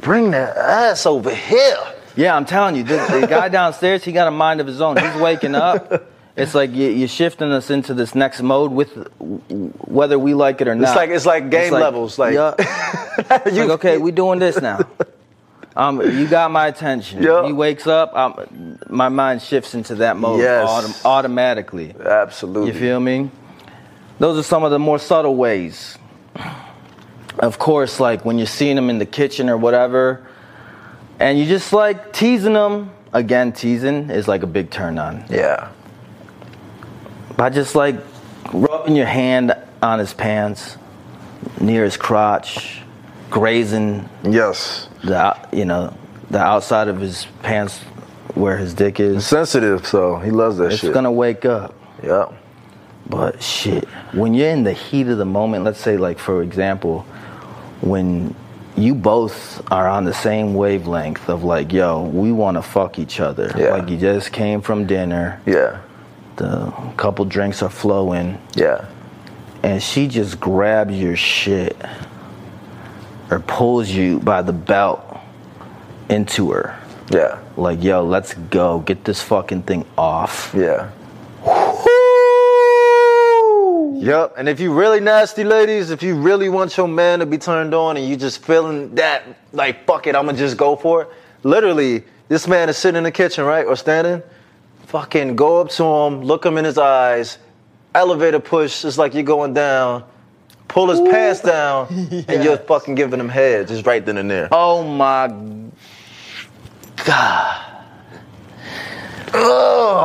bring that ass over here. Yeah, I'm telling you, this, the guy downstairs, he got a mind of his own. He's waking up. It's like you, you're shifting us into this next mode with whether we like it or not. like- it's like game levels, like- yeah. It's like, okay, we doing this now. Um, you got my attention. Yeah. He wakes up. I'm, my mind shifts into that mode Yes. autom- automatically. Absolutely. You feel me? Those are some of the more subtle ways. Of course, like when you're seeing them in the kitchen or whatever, and you just like teasing them. Again, teasing is like a big turn on. Yeah. By just like rubbing your hand on his pants, near his crotch, grazing Yes. the you know the outside of his pants where his dick is. Sensitive, so he loves that It's shit. gonna wake up. yeah. But shit, when you're in the heat of the moment, let's say, like, for example, when you both are on the same wavelength of, like, yo, we want to fuck each other. Yeah. Like, you just came from dinner, Yeah. the couple drinks are flowing, Yeah. and she just grabs your shit or pulls you by the belt into her. Yeah. Like, yo, let's go. Get this fucking thing off. Yeah. Yep. And if you really nasty ladies, if you really want your man to be turned on and you just feeling that, like, fuck it, I'ma just go for it. Literally, this man is sitting in the kitchen, right? Or standing. Fucking go up to him, look him in his eyes, elevator push, just like you're going down, pull his pants down, and you're fucking giving him head just right then and there. Oh my god. Oh.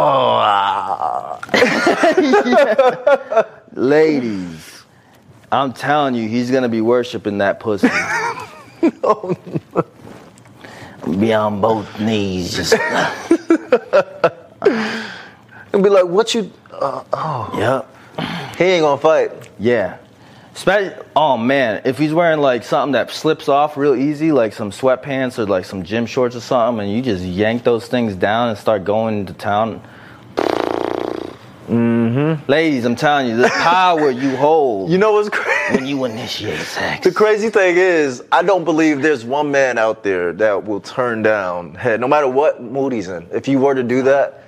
Ladies, I'm telling you, he's gonna be worshiping that pussy. Be on both knees. Just, And be like, what you. uh, yep. He ain't gonna fight. Yeah. Spe- oh man, if he's wearing like something that slips off real easy, like some sweatpants or like some gym shorts or something, and you just yank those things down and start going to town. Mm-hmm. Ladies, I'm telling you, the power you hold You know what's crazy? when you initiate sex. The crazy thing is, I don't believe there's one man out there that will turn down head, no matter what mood he's in. If you were to do that,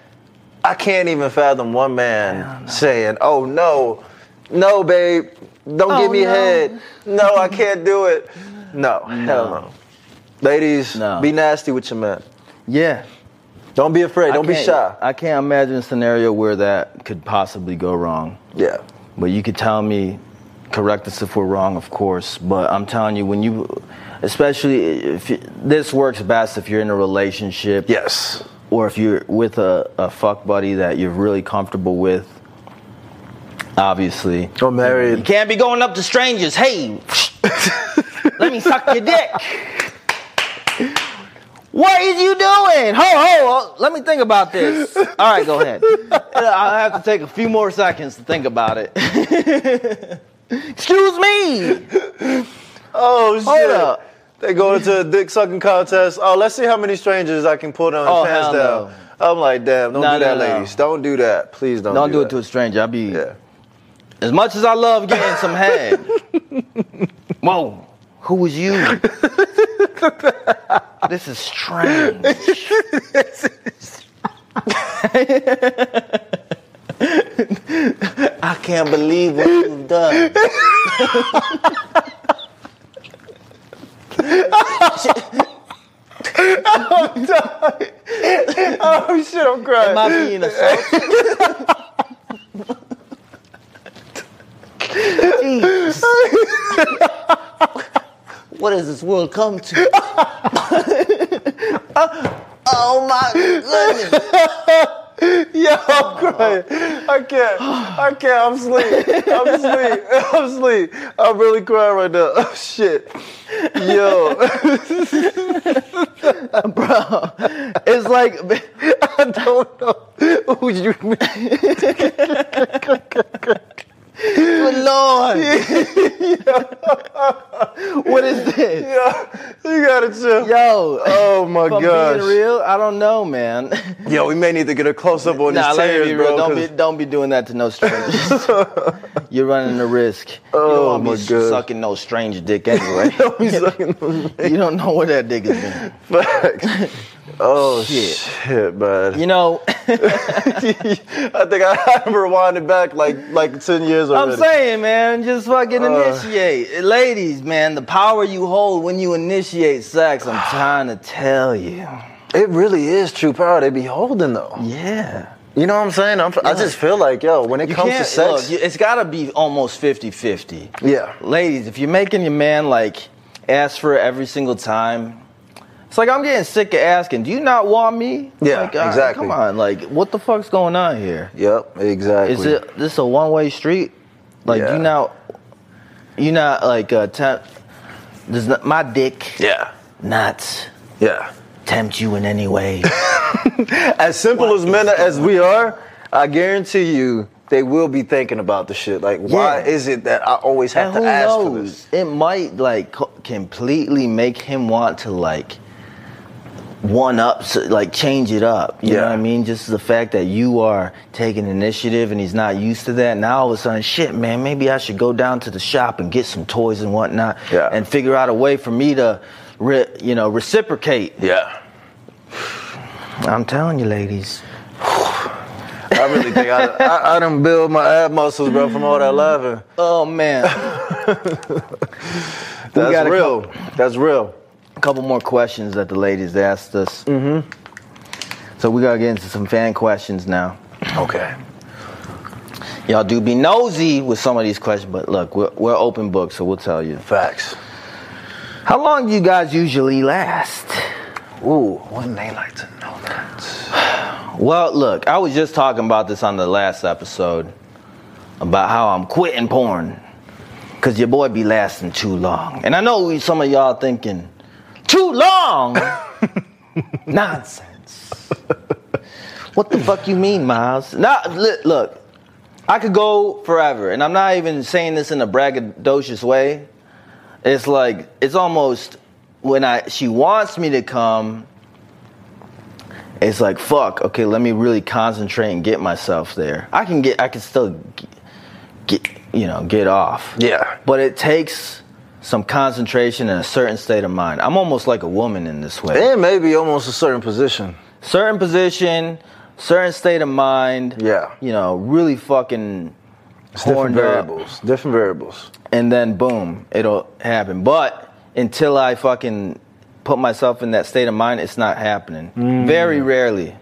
I can't even fathom one man saying, "Oh no, no, babe, don't Oh, give me no." head. No, I can't do it. No, hell no. Ladies, No. be nasty with your man. yeah. Don't be afraid. Don't I be can't- shy. I can't imagine a scenario where that could possibly go wrong. yeah, But you could tell me, correct us if we're wrong, of course. But I'm telling you, when you, especially if you, this works best if you're in a relationship, yes, or if you're with a, a fuck buddy that you're really comfortable with. Obviously, or married. you can't be going up to strangers. Hey, let me suck your dick. What is you doing? Ho, ho, ho. Let me think about this. All right, go ahead. I'll have to take a few more seconds to think about it. Excuse me. Oh shit! up. They go into a dick sucking contest. Oh, let's see how many strangers I can pull down Oh, oh, pants hell down. I'm like, damn, don't No, do no, that, no. ladies. Don't do that. Please don't. Don't do it that. to a stranger. I'll be. Yeah. As much as I love getting some head. Whoa, who was you? this is strange. I can't believe what you've done. Oh shit! I'm crying. Am I being assaulted? Jeez. what has this world come to? oh my goodness! Yeah, I'm crying. I can't. I can't. I'm asleep. I'm asleep. I'm asleep. I'm really crying right now. Oh shit. Yo. It's like I don't know who you mean. Good Lord! what is this? Yo, you gotta chill. Yo, uh, Oh my if I'm gosh. being real, I don't know, man. Yo, we may need to get a close up on nah, these let me tears, be bro. real. Don't 'cause- be, don't be doing that to no strangers. You're running the risk. you Oh, don't wanna my be s- God. sucking no strange dick anyway. Don't be sucking those you don't know where that dick is been. facts. Oh Shit. shit, man. You know, I think I have rewinded back like like ten years already. I'm saying, man, just Uh. fucking initiate. Ladies, man, the power you hold when you initiate sex, I'm trying to tell you. it really is true power they be holding though. Yeah. You know what I'm saying? I'm, I just feel like yo, when it You comes to can't- sex, look, you- it's got to be almost 50-50. yeah, Ladies, if you're making your man like ask for it every single time, it's like I'm getting sick of asking. Do you not want me? Yeah, Like, uh, exactly. Come on, like what the fuck's going on here? yep, exactly. Is it this a one way street? Like Yeah. you not, you not like uh, tempt. Does not, my dick Yeah, not yeah. tempt you in any way? As simple as men as we are, I guarantee you they will be thinking about the shit. Like, why Yeah. is it that I always have and who to ask for knows? this? It might like co- completely make him want to like one up, so, like change it up. You know Yeah. what I mean? Just the fact that you are taking initiative and he's not used to that. Now all of a sudden, shit, man, maybe I should go down to the shop and get some toys and whatnot, Yeah. and figure out a way for me to, re- you know, reciprocate. Yeah. I'm telling you, ladies. I really think I, I, I done build my ab muscles, bro, from all that laughing. Oh man, That's got a real. That's real. a couple more questions that the ladies asked us. Mm-hmm. So we gotta get into some fan questions now. Okay. Y'all do be nosy with some of these questions, but look, we're, we're open book, so we'll tell you. Facts. How long do you guys usually last? Ooh, wouldn't they like to know that? Well, look, I was just talking about this on the last episode about how I'm quitting porn because your boy be lasting too long. And I know we- some of y'all thinking, too long? Nonsense. what the fuck you mean, Miles? Nah, li- look, I could go forever, and I'm not even saying this in a braggadocious way. It's like it's almost when I she wants me to come. It's like fuck. Okay, let me really concentrate and get myself there. I can get. I can still g- get. You know, get off. Yeah. But it takes some concentration and a certain state of mind. I'm almost like a woman in this way. And maybe almost a certain position. Certain position, certain state of mind. Yeah. You know, really fucking It's different horned up variables. Different variables. and then boom, it'll happen. But until I fucking put myself in that state of mind, it's not happening. Very rarely.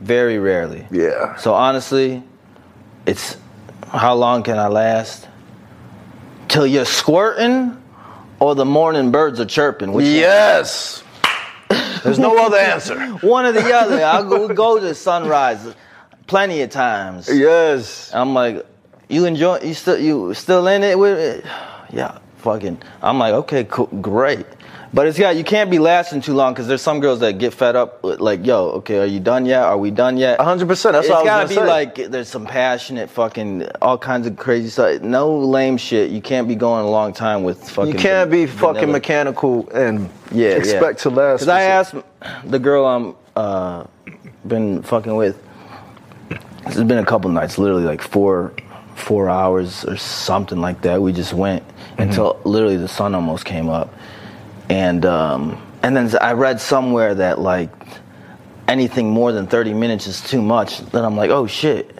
Very rarely. Mm. Yeah. So honestly, it's how long can I last? Till you're squirting or the morning birds are chirping? Which Yes. There's no other answer. One or the other. I'll go, go to sunrise plenty of times. Yes. I'm like, you enjoy? You still you still in it with? it? Yeah, fucking. I'm like, okay, cool, great. But it's got you can't be lasting too long because there's some girls that get fed up with like, yo, okay, are you done yet? Are we done yet? 100%, that's what I was gotta gonna be say. like there's some passionate fucking all kinds of crazy stuff. No lame shit. You can't be going a long time with fucking. You can't be fucking vanilla. mechanical and Yeah, expect to last. Because I asked the girl I'm uh, been fucking with. This has been a couple nights, literally like four, four hours or something like that. We just went Mm-hmm. until literally the sun almost came up, and um, and then I read somewhere that like anything more than thirty minutes is too much. Then I'm like, oh shit.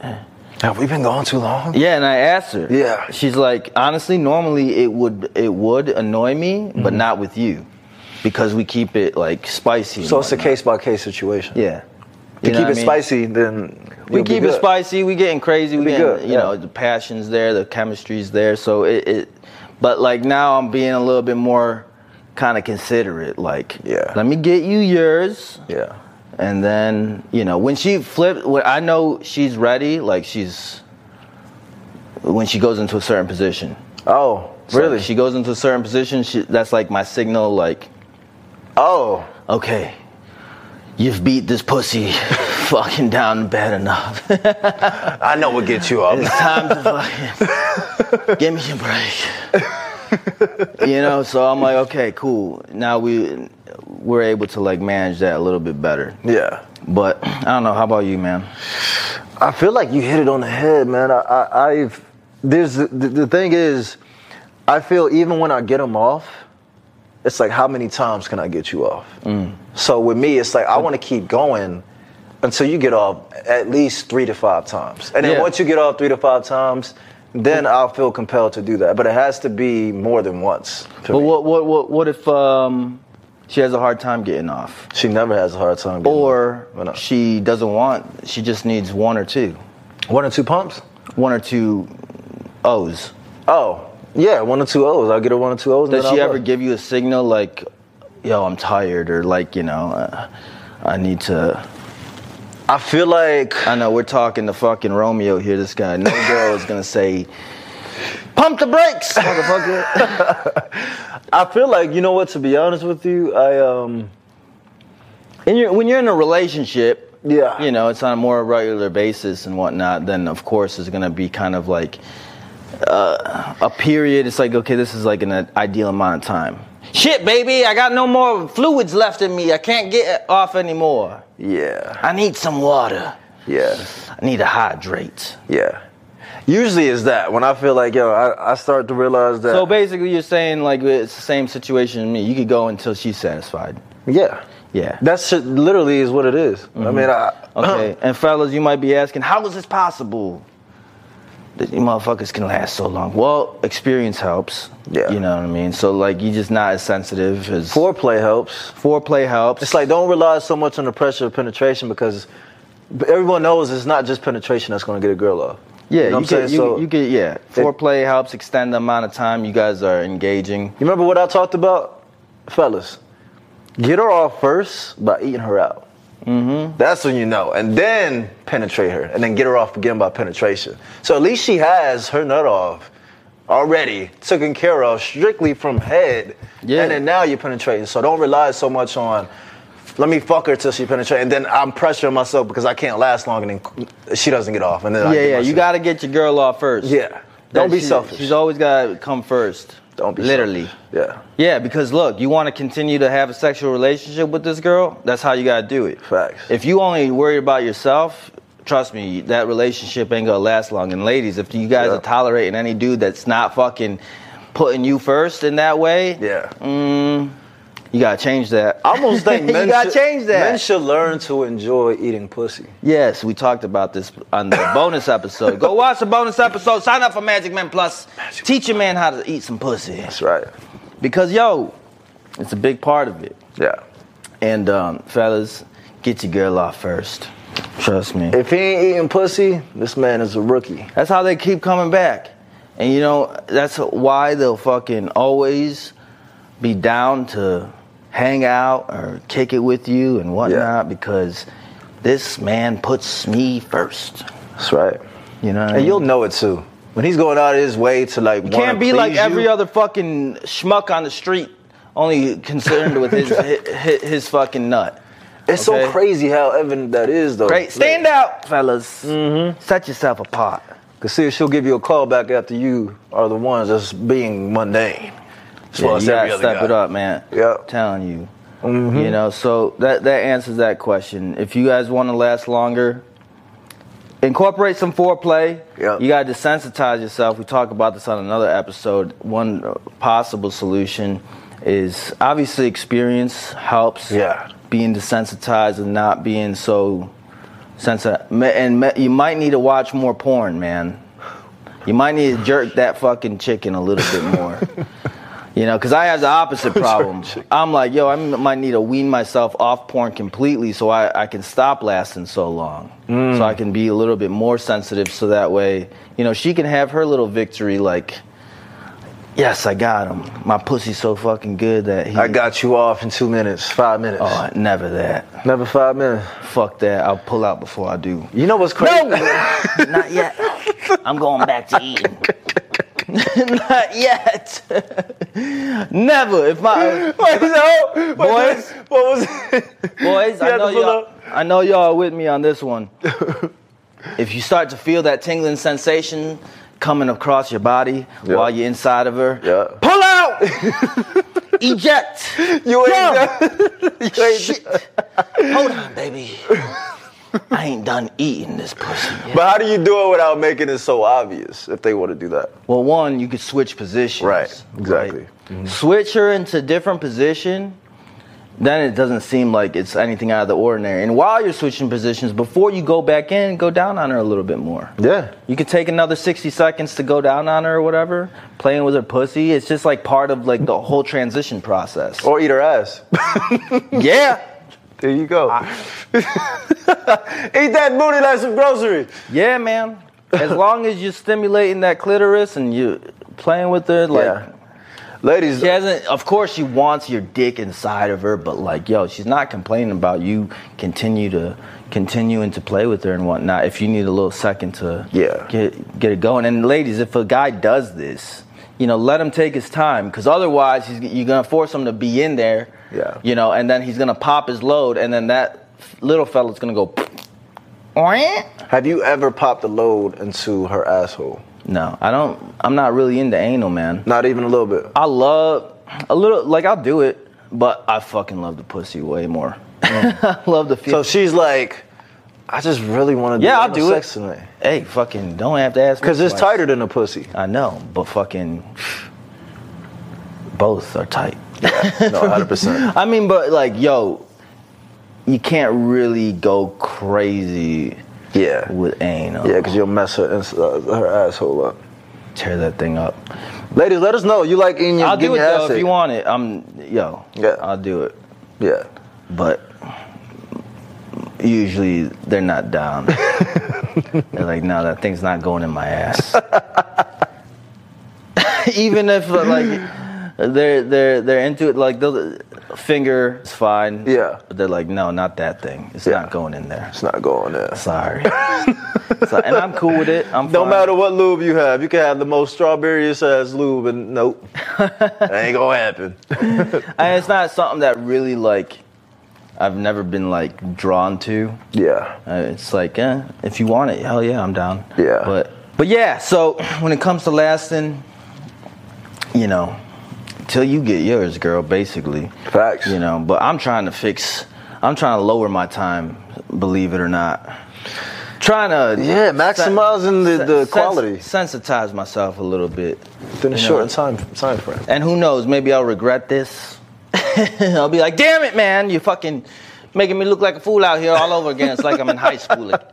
Have we been gone too long? Yeah, and I asked her. Yeah. She's like, honestly, normally it would it would annoy me, but Mm-hmm. not with you, because we keep it like spicy. and So it's a whatnot. case by case situation. Yeah. To You keep know what I it mean? spicy, then We you'll be keep it good. spicy. We getting crazy. We be getting, good, you yeah. know, the passion's there, the chemistry's there. So it, it but like now I'm being a little bit more kind of considerate. Like, Yeah. let me get you yours. Yeah. And then you know when she flipped, when I know she's ready. Like she's when she goes into a certain position. Oh, So really? she goes into a certain position. She, that's like my signal. Like oh, okay, you've beat this pussy fucking down bad enough. I know what gets you up. it's time to fucking give me a break. you know, so I'm like, okay, cool. Now we we're able to like manage that a little bit better. yeah. But I don't know. How about you, man? I feel like you hit it on the head, man. I, I, I've there's the, the thing is, I feel even when I get them off, it's like how many times can I get you off? Mm. So with me, it's like I want to keep going until you get off at least three to five times, and then Yeah. once you get off three to five times, then I'll feel compelled to do that. But it has to be more than once. for But me. what what what what if um she has a hard time getting off, she never has a hard time. Getting or off. Why not? she doesn't want? She just needs one or two, one or two pumps. one or two O's. Oh, yeah, one or two O's. I'll get her one or two O's. and Does then she I'll ever go. give you a signal like, "Yo, I'm tired," or like, you know, uh, I need to. I feel like I know we're talking to fucking Romeo here. This guy, no girl is gonna say, "Pump the brakes, motherfucker." I feel like you know what. To be honest with you, I um and you're, when you're in a relationship, Yeah. you know, it's on a more regular basis and whatnot. Then of course it's gonna be kind of like uh, a period. It's like, okay, this is like an ideal amount of time. Shit, baby, I got no more fluids left in me. I can't get off anymore. yeah I need some water. yeah I need to hydrate. yeah. Usually is that when I feel like yo, I, I start to realize that. So basically, you're saying like it's the same situation to me. You could go until she's satisfied. yeah, Yeah. that shit literally is what it is. I mean, I okay. and fellas, you might be asking, how is this possible? That you motherfuckers can last so long. Well, experience helps. Yeah. You know what I mean. So like, you just not as sensitive as foreplay helps. foreplay helps. It's like don't rely so much on the pressure of penetration because everyone knows it's not just penetration that's going to get a girl off. yeah, you know what I'm you could, saying. you, so you could, yeah. Foreplay helps extend the amount of time you guys are engaging. You remember what I talked about, fellas? Get her off first by eating her out. Mm-hmm. That's when you know, and then penetrate her, and then get her off again by penetration. So at least she has her nut off already, taken care of strictly from head, Yeah. and then now you're penetrating. So don't rely so much on. Let me fuck her till she penetrates, and then I'm pressuring myself because I can't last long, and then she doesn't get off, and then I yeah, get yeah. You myself- got to get your girl off first. Yeah, don't be She- selfish. She's always got to come first. don't be literally. selfish. Yeah, Yeah, because look, you want to continue to have a sexual relationship with this girl, that's how you got to do it. Facts. If you only worry about yourself, trust me, that relationship ain't going to last long. And ladies, if you guys Yeah. are tolerating any dude that's not fucking putting you first in that way, yeah. you got to change that. I almost think You men gotta should, change that. Men should learn to enjoy eating pussy. Yes, we talked about this on the bonus episode. Go watch the bonus episode. Sign up for Magic Man Plus. Teach your man how to eat some pussy. That's right. Because, yo, it's a big part of it. Yeah. And um, fellas, get your girl off first. Trust me. If he ain't eating pussy, this man is a rookie. That's how they keep coming back. And you know, that's why they'll fucking always be down to hang out or kick it with you and whatnot because this man puts me first. That's right. You know what I And mean? you'll know it too. When he's going out of his way to like, Can't be like every other fucking schmuck on the street only concerned with his his, his fucking nut. It's Okay. so crazy how evident that is, though. Right? Stand out, fellas. Mm-hmm. Set yourself apart. Cause see, she'll give you a call back after you are the ones that's being mundane. As Yeah, far you as gotta every other step guy. it up, man. Yeah. telling you. You know, so that that answers that question. If you guys want to last longer, incorporate some foreplay. Yeah. You gotta desensitize yourself. We talk about this on another episode. One uh, possible solution is obviously experience helps. Yeah. Being desensitized and not being so sensitive, and ma- you might need to watch more porn, man. You might need to jerk that fucking chicken a little bit more. You know, because I have the opposite problem. I'm like, yo, I might need to wean myself off porn completely so I, I can stop lasting so long. Mm. So I can be a little bit more sensitive so that way, you know, she can have her little victory like, yes, I got him. My pussy's so fucking good that he. I got you off in two minutes, five minutes, Oh, never that. never five minutes. Fuck that. I'll pull out before I do. You know what's crazy? Not yet. I'm going back to eating. Not yet. Never. If my Wait, no, Boys? what was? boys, You I had know to pull y'all. up. I know y'all are with me on this one. if you start to feel that tingling sensation coming across your body Yeah. while you're inside of her, Yeah. pull out, eject. You Come. ain't. You ain't Shit. Hold on, baby. I ain't done eating this pussy. Yet. But how do you do it without making it so obvious if they want to do that? Well, one, you could switch positions. Mm-hmm. Right, exactly. Mm-hmm. Switch her into different position, then it doesn't seem like it's anything out of the ordinary. And while you're switching positions, before you go back in, go down on her a little bit more. Yeah. You could take another 60 seconds to go down on her or whatever, playing with her pussy. It's just like part of like the whole transition process. Or eat her ass. yeah. there you go. eat that booty like some groceries. Yeah, man. As long as you're stimulating that clitoris and you playing with her like yeah. Ladies, She hasn't. Of course, she wants your dick inside of her, but like, yo, she's not complaining about you continue to continuing to play with her and whatnot. If you need a little second to Yeah. get get it going, and ladies, if a guy does this, you know, let him take his time, because otherwise, he's, you're gonna force him to be in there. Yeah. You know, and then he's gonna pop his load, and then that little fella's gonna go. "Oink." have you ever popped a load into her asshole? No, I don't. I'm not really into anal, man. Not even a little bit. I love a little like I'll do it, but I fucking love the pussy way more. I love the So feel. she's like, I just really want to yeah, I'll do anal do sex it. tonight. Hey, fucking don't have to ask me Because it's twice. tighter than a pussy. I know, but fucking both are tight. No, 100%. I mean, but like, yo, you can't really go crazy yeah. with anal. Yeah, because you'll mess her, ins- uh, her asshole up. tear that thing up. Ladies, let us know. You like eating your I'll do getting it your ass though if ate. you want it. I'm yo. Yeah. I'll do it, Yeah. but usually they're not down. They're like, no, that thing's not going in my ass. Even if uh, like they're they're they're into it, like they'll finger is fine. Yeah. But they're like, no, not that thing. It's Yeah. not going in there. It's not going there. Sorry. so, and I'm cool with it. I'm No fine. matter what lube you have, you can have the most strawberry ass lube, and nope, that ain't gonna happen. And it's not something that really like I've never been like drawn to. Yeah, Uh, it's like, eh, if you want it, hell yeah, I'm down. Yeah. But but yeah, so when it comes to lasting, you know, till you get yours, girl, basically. Facts. You know, but I'm trying to fix I'm trying to lower my time, believe it or not. Trying to Yeah, sen- maximizing the- sen- the sens- quality. sensitize myself a little bit. within a You know, short time time frame. and who knows, maybe I'll regret this. I'll be like, damn it, man, you fucking making me look like a fool out here all over again. It's like I'm in high school. again.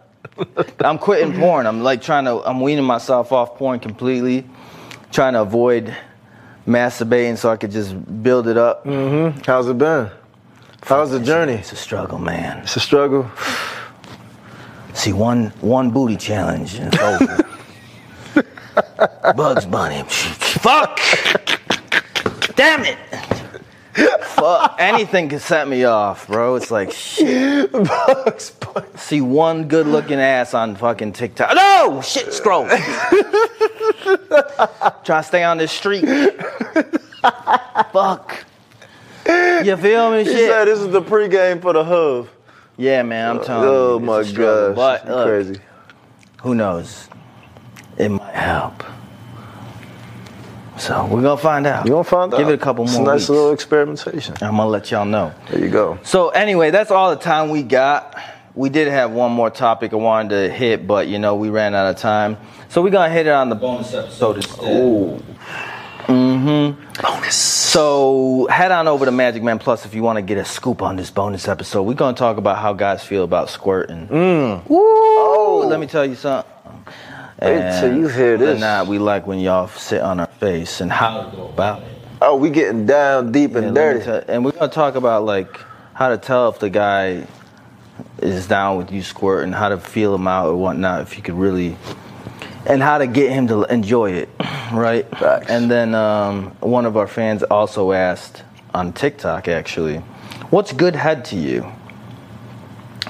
I'm quitting porn. I'm like trying to, I'm weaning myself off porn completely, trying to avoid masturbating so I could just build it up. How's it been? Mm. How's the journey? It's a struggle, man. It's a struggle. See, one one booty challenge and it's over. Bugs Bunny. Fuck! Damn it! Fuck. Anything can set me off, bro. It's like, shit. Bugs Bunny. See one good looking ass on fucking TikTok. No! Shit, scroll. Try to stay on this street. Fuck. You feel me? He Shit. said this is the pregame for the hoof. yeah, man. I'm telling Oh you. it's my a struggle, gosh. But look, crazy. who knows? It might help. So we're gonna find out. You gonna find out? Give it a couple It's more a nice weeks. little experimentation. I'm gonna let y'all know. There you go. So anyway, that's all the time we got. We did have one more topic I wanted to hit, but you know we ran out of time. So we're gonna hit it on the bonus episode instead. So head on over to Magic Man Plus if you want to get a scoop on this bonus episode. We're gonna talk about how guys feel about squirting. Oh, Ooh, let me tell you something. Wait till you hear whether or this. Not we like when y'all sit on our face and how to go about it. Oh, we getting down deep Yeah, and let me dirty. tell- and we're gonna talk about like how to tell if the guy is down with you squirting, how to feel him out or whatnot, if you could really, and how to get him to enjoy it, right? Facts. And then um, one of our fans also asked on TikTok actually, "What's good head to you?"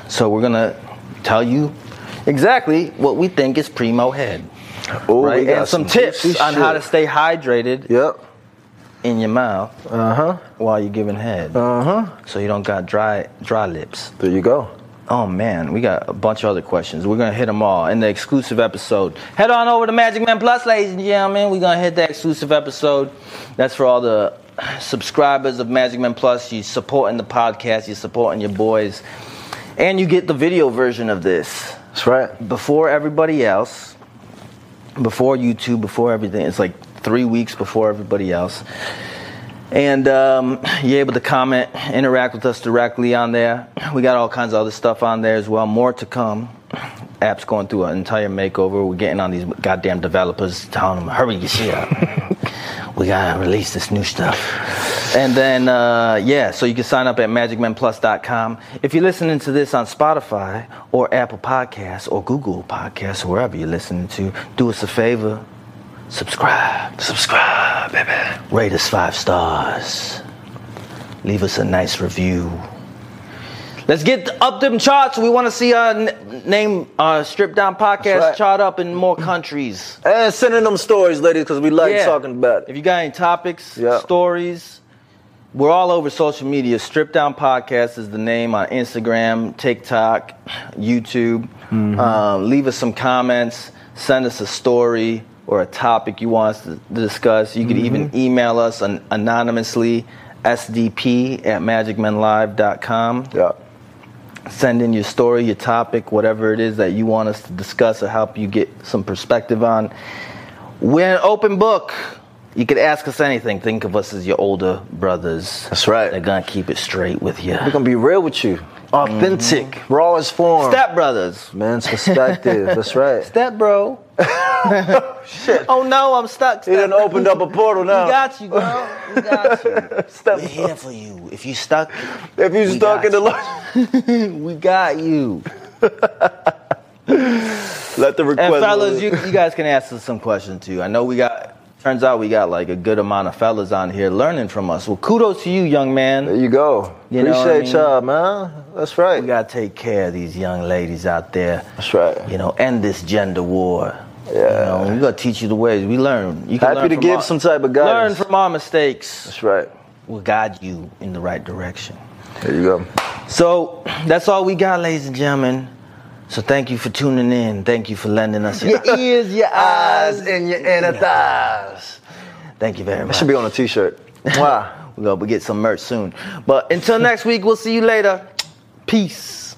So we're gonna tell you exactly what we think is primo head, Ooh, we right? got And some, juicy tips on how to shit. stay hydrated Yep. in your mouth Uh huh. while you're giving head. Uh huh. So you don't got dry dry lips. There you go. Oh man, we got a bunch of other questions. We're gonna hit them all in the exclusive episode. Head on over to Magic Man Plus, ladies and gentlemen. We're gonna hit that exclusive episode. That's for all the subscribers of Magic Man Plus. You supporting the podcast, you supporting your boys, and you get the video version of this That's right. before everybody else, before YouTube, before everything. It's like three weeks before everybody else. And um, you're able to comment, interact with us directly on there. We got all kinds of other stuff on there as well. More to come. App's going through an entire makeover. We're getting on these goddamn developers, telling them, hurry your shit up. we gotta release this new stuff. And then, uh, yeah, so you can sign up at magicmenplus.com. If you're listening to this on Spotify or Apple Podcasts or Google Podcasts, or wherever you're listening to, do us a favor subscribe Subscribe, baby. rate us five stars. Leave us a nice review. Let's get up them charts. We want to see our n- name, our Strip Down podcast That's right. chart up in more countries. And sending them stories, ladies, because we like Yeah. talking about If it. you got any topics, Yeah. stories, we're all over social media. Strip Down Podcast is the name on Instagram, TikTok, YouTube. Um, leave us some comments. Send us a story or a topic you want us to discuss. You could even email us an- anonymously, sdp at magicmenlive.com Yeah. send in your story, your topic, whatever it is that you want us to discuss or help you get some perspective on. We're an open book. You could ask us anything. Think of us as your older brothers. That's right. They're gonna keep it straight with you. We're gonna be real with you. Authentic. Raw as form. Mm-hmm. Step brothers. Man's perspective. That's right. Step bro. Shit. Oh no, I'm stuck. He done opened up a portal We now. got you, girl. We got you. Step We're here for you. If you stuck, If you we stuck got in the you. lo- we got you. let the request. And fellas, you, you guys can ask us some questions too. I know we got. Turns out we got like a good amount of fellas on here learning from us. Well, kudos to you, young there man. you go. You know what I Appreciate mean? y'all, man. That's We right. gotta take care of these young ladies out there. That's right. You know, end this gender war. Yeah. You know, we gotta teach you the ways. We learn. You can Happy learn to from give our- some type of Learn guidance. from our mistakes. That's right. We'll guide you in the right direction. There you go. So that's all we got, ladies and gentlemen. So thank you for tuning in. Thank you for lending us your ears, your eyes. in your inner thighs. Thank you very much. That should be on a t-shirt. Wow. We're gonna get some merch soon. But until next week, we'll see you later. Peace.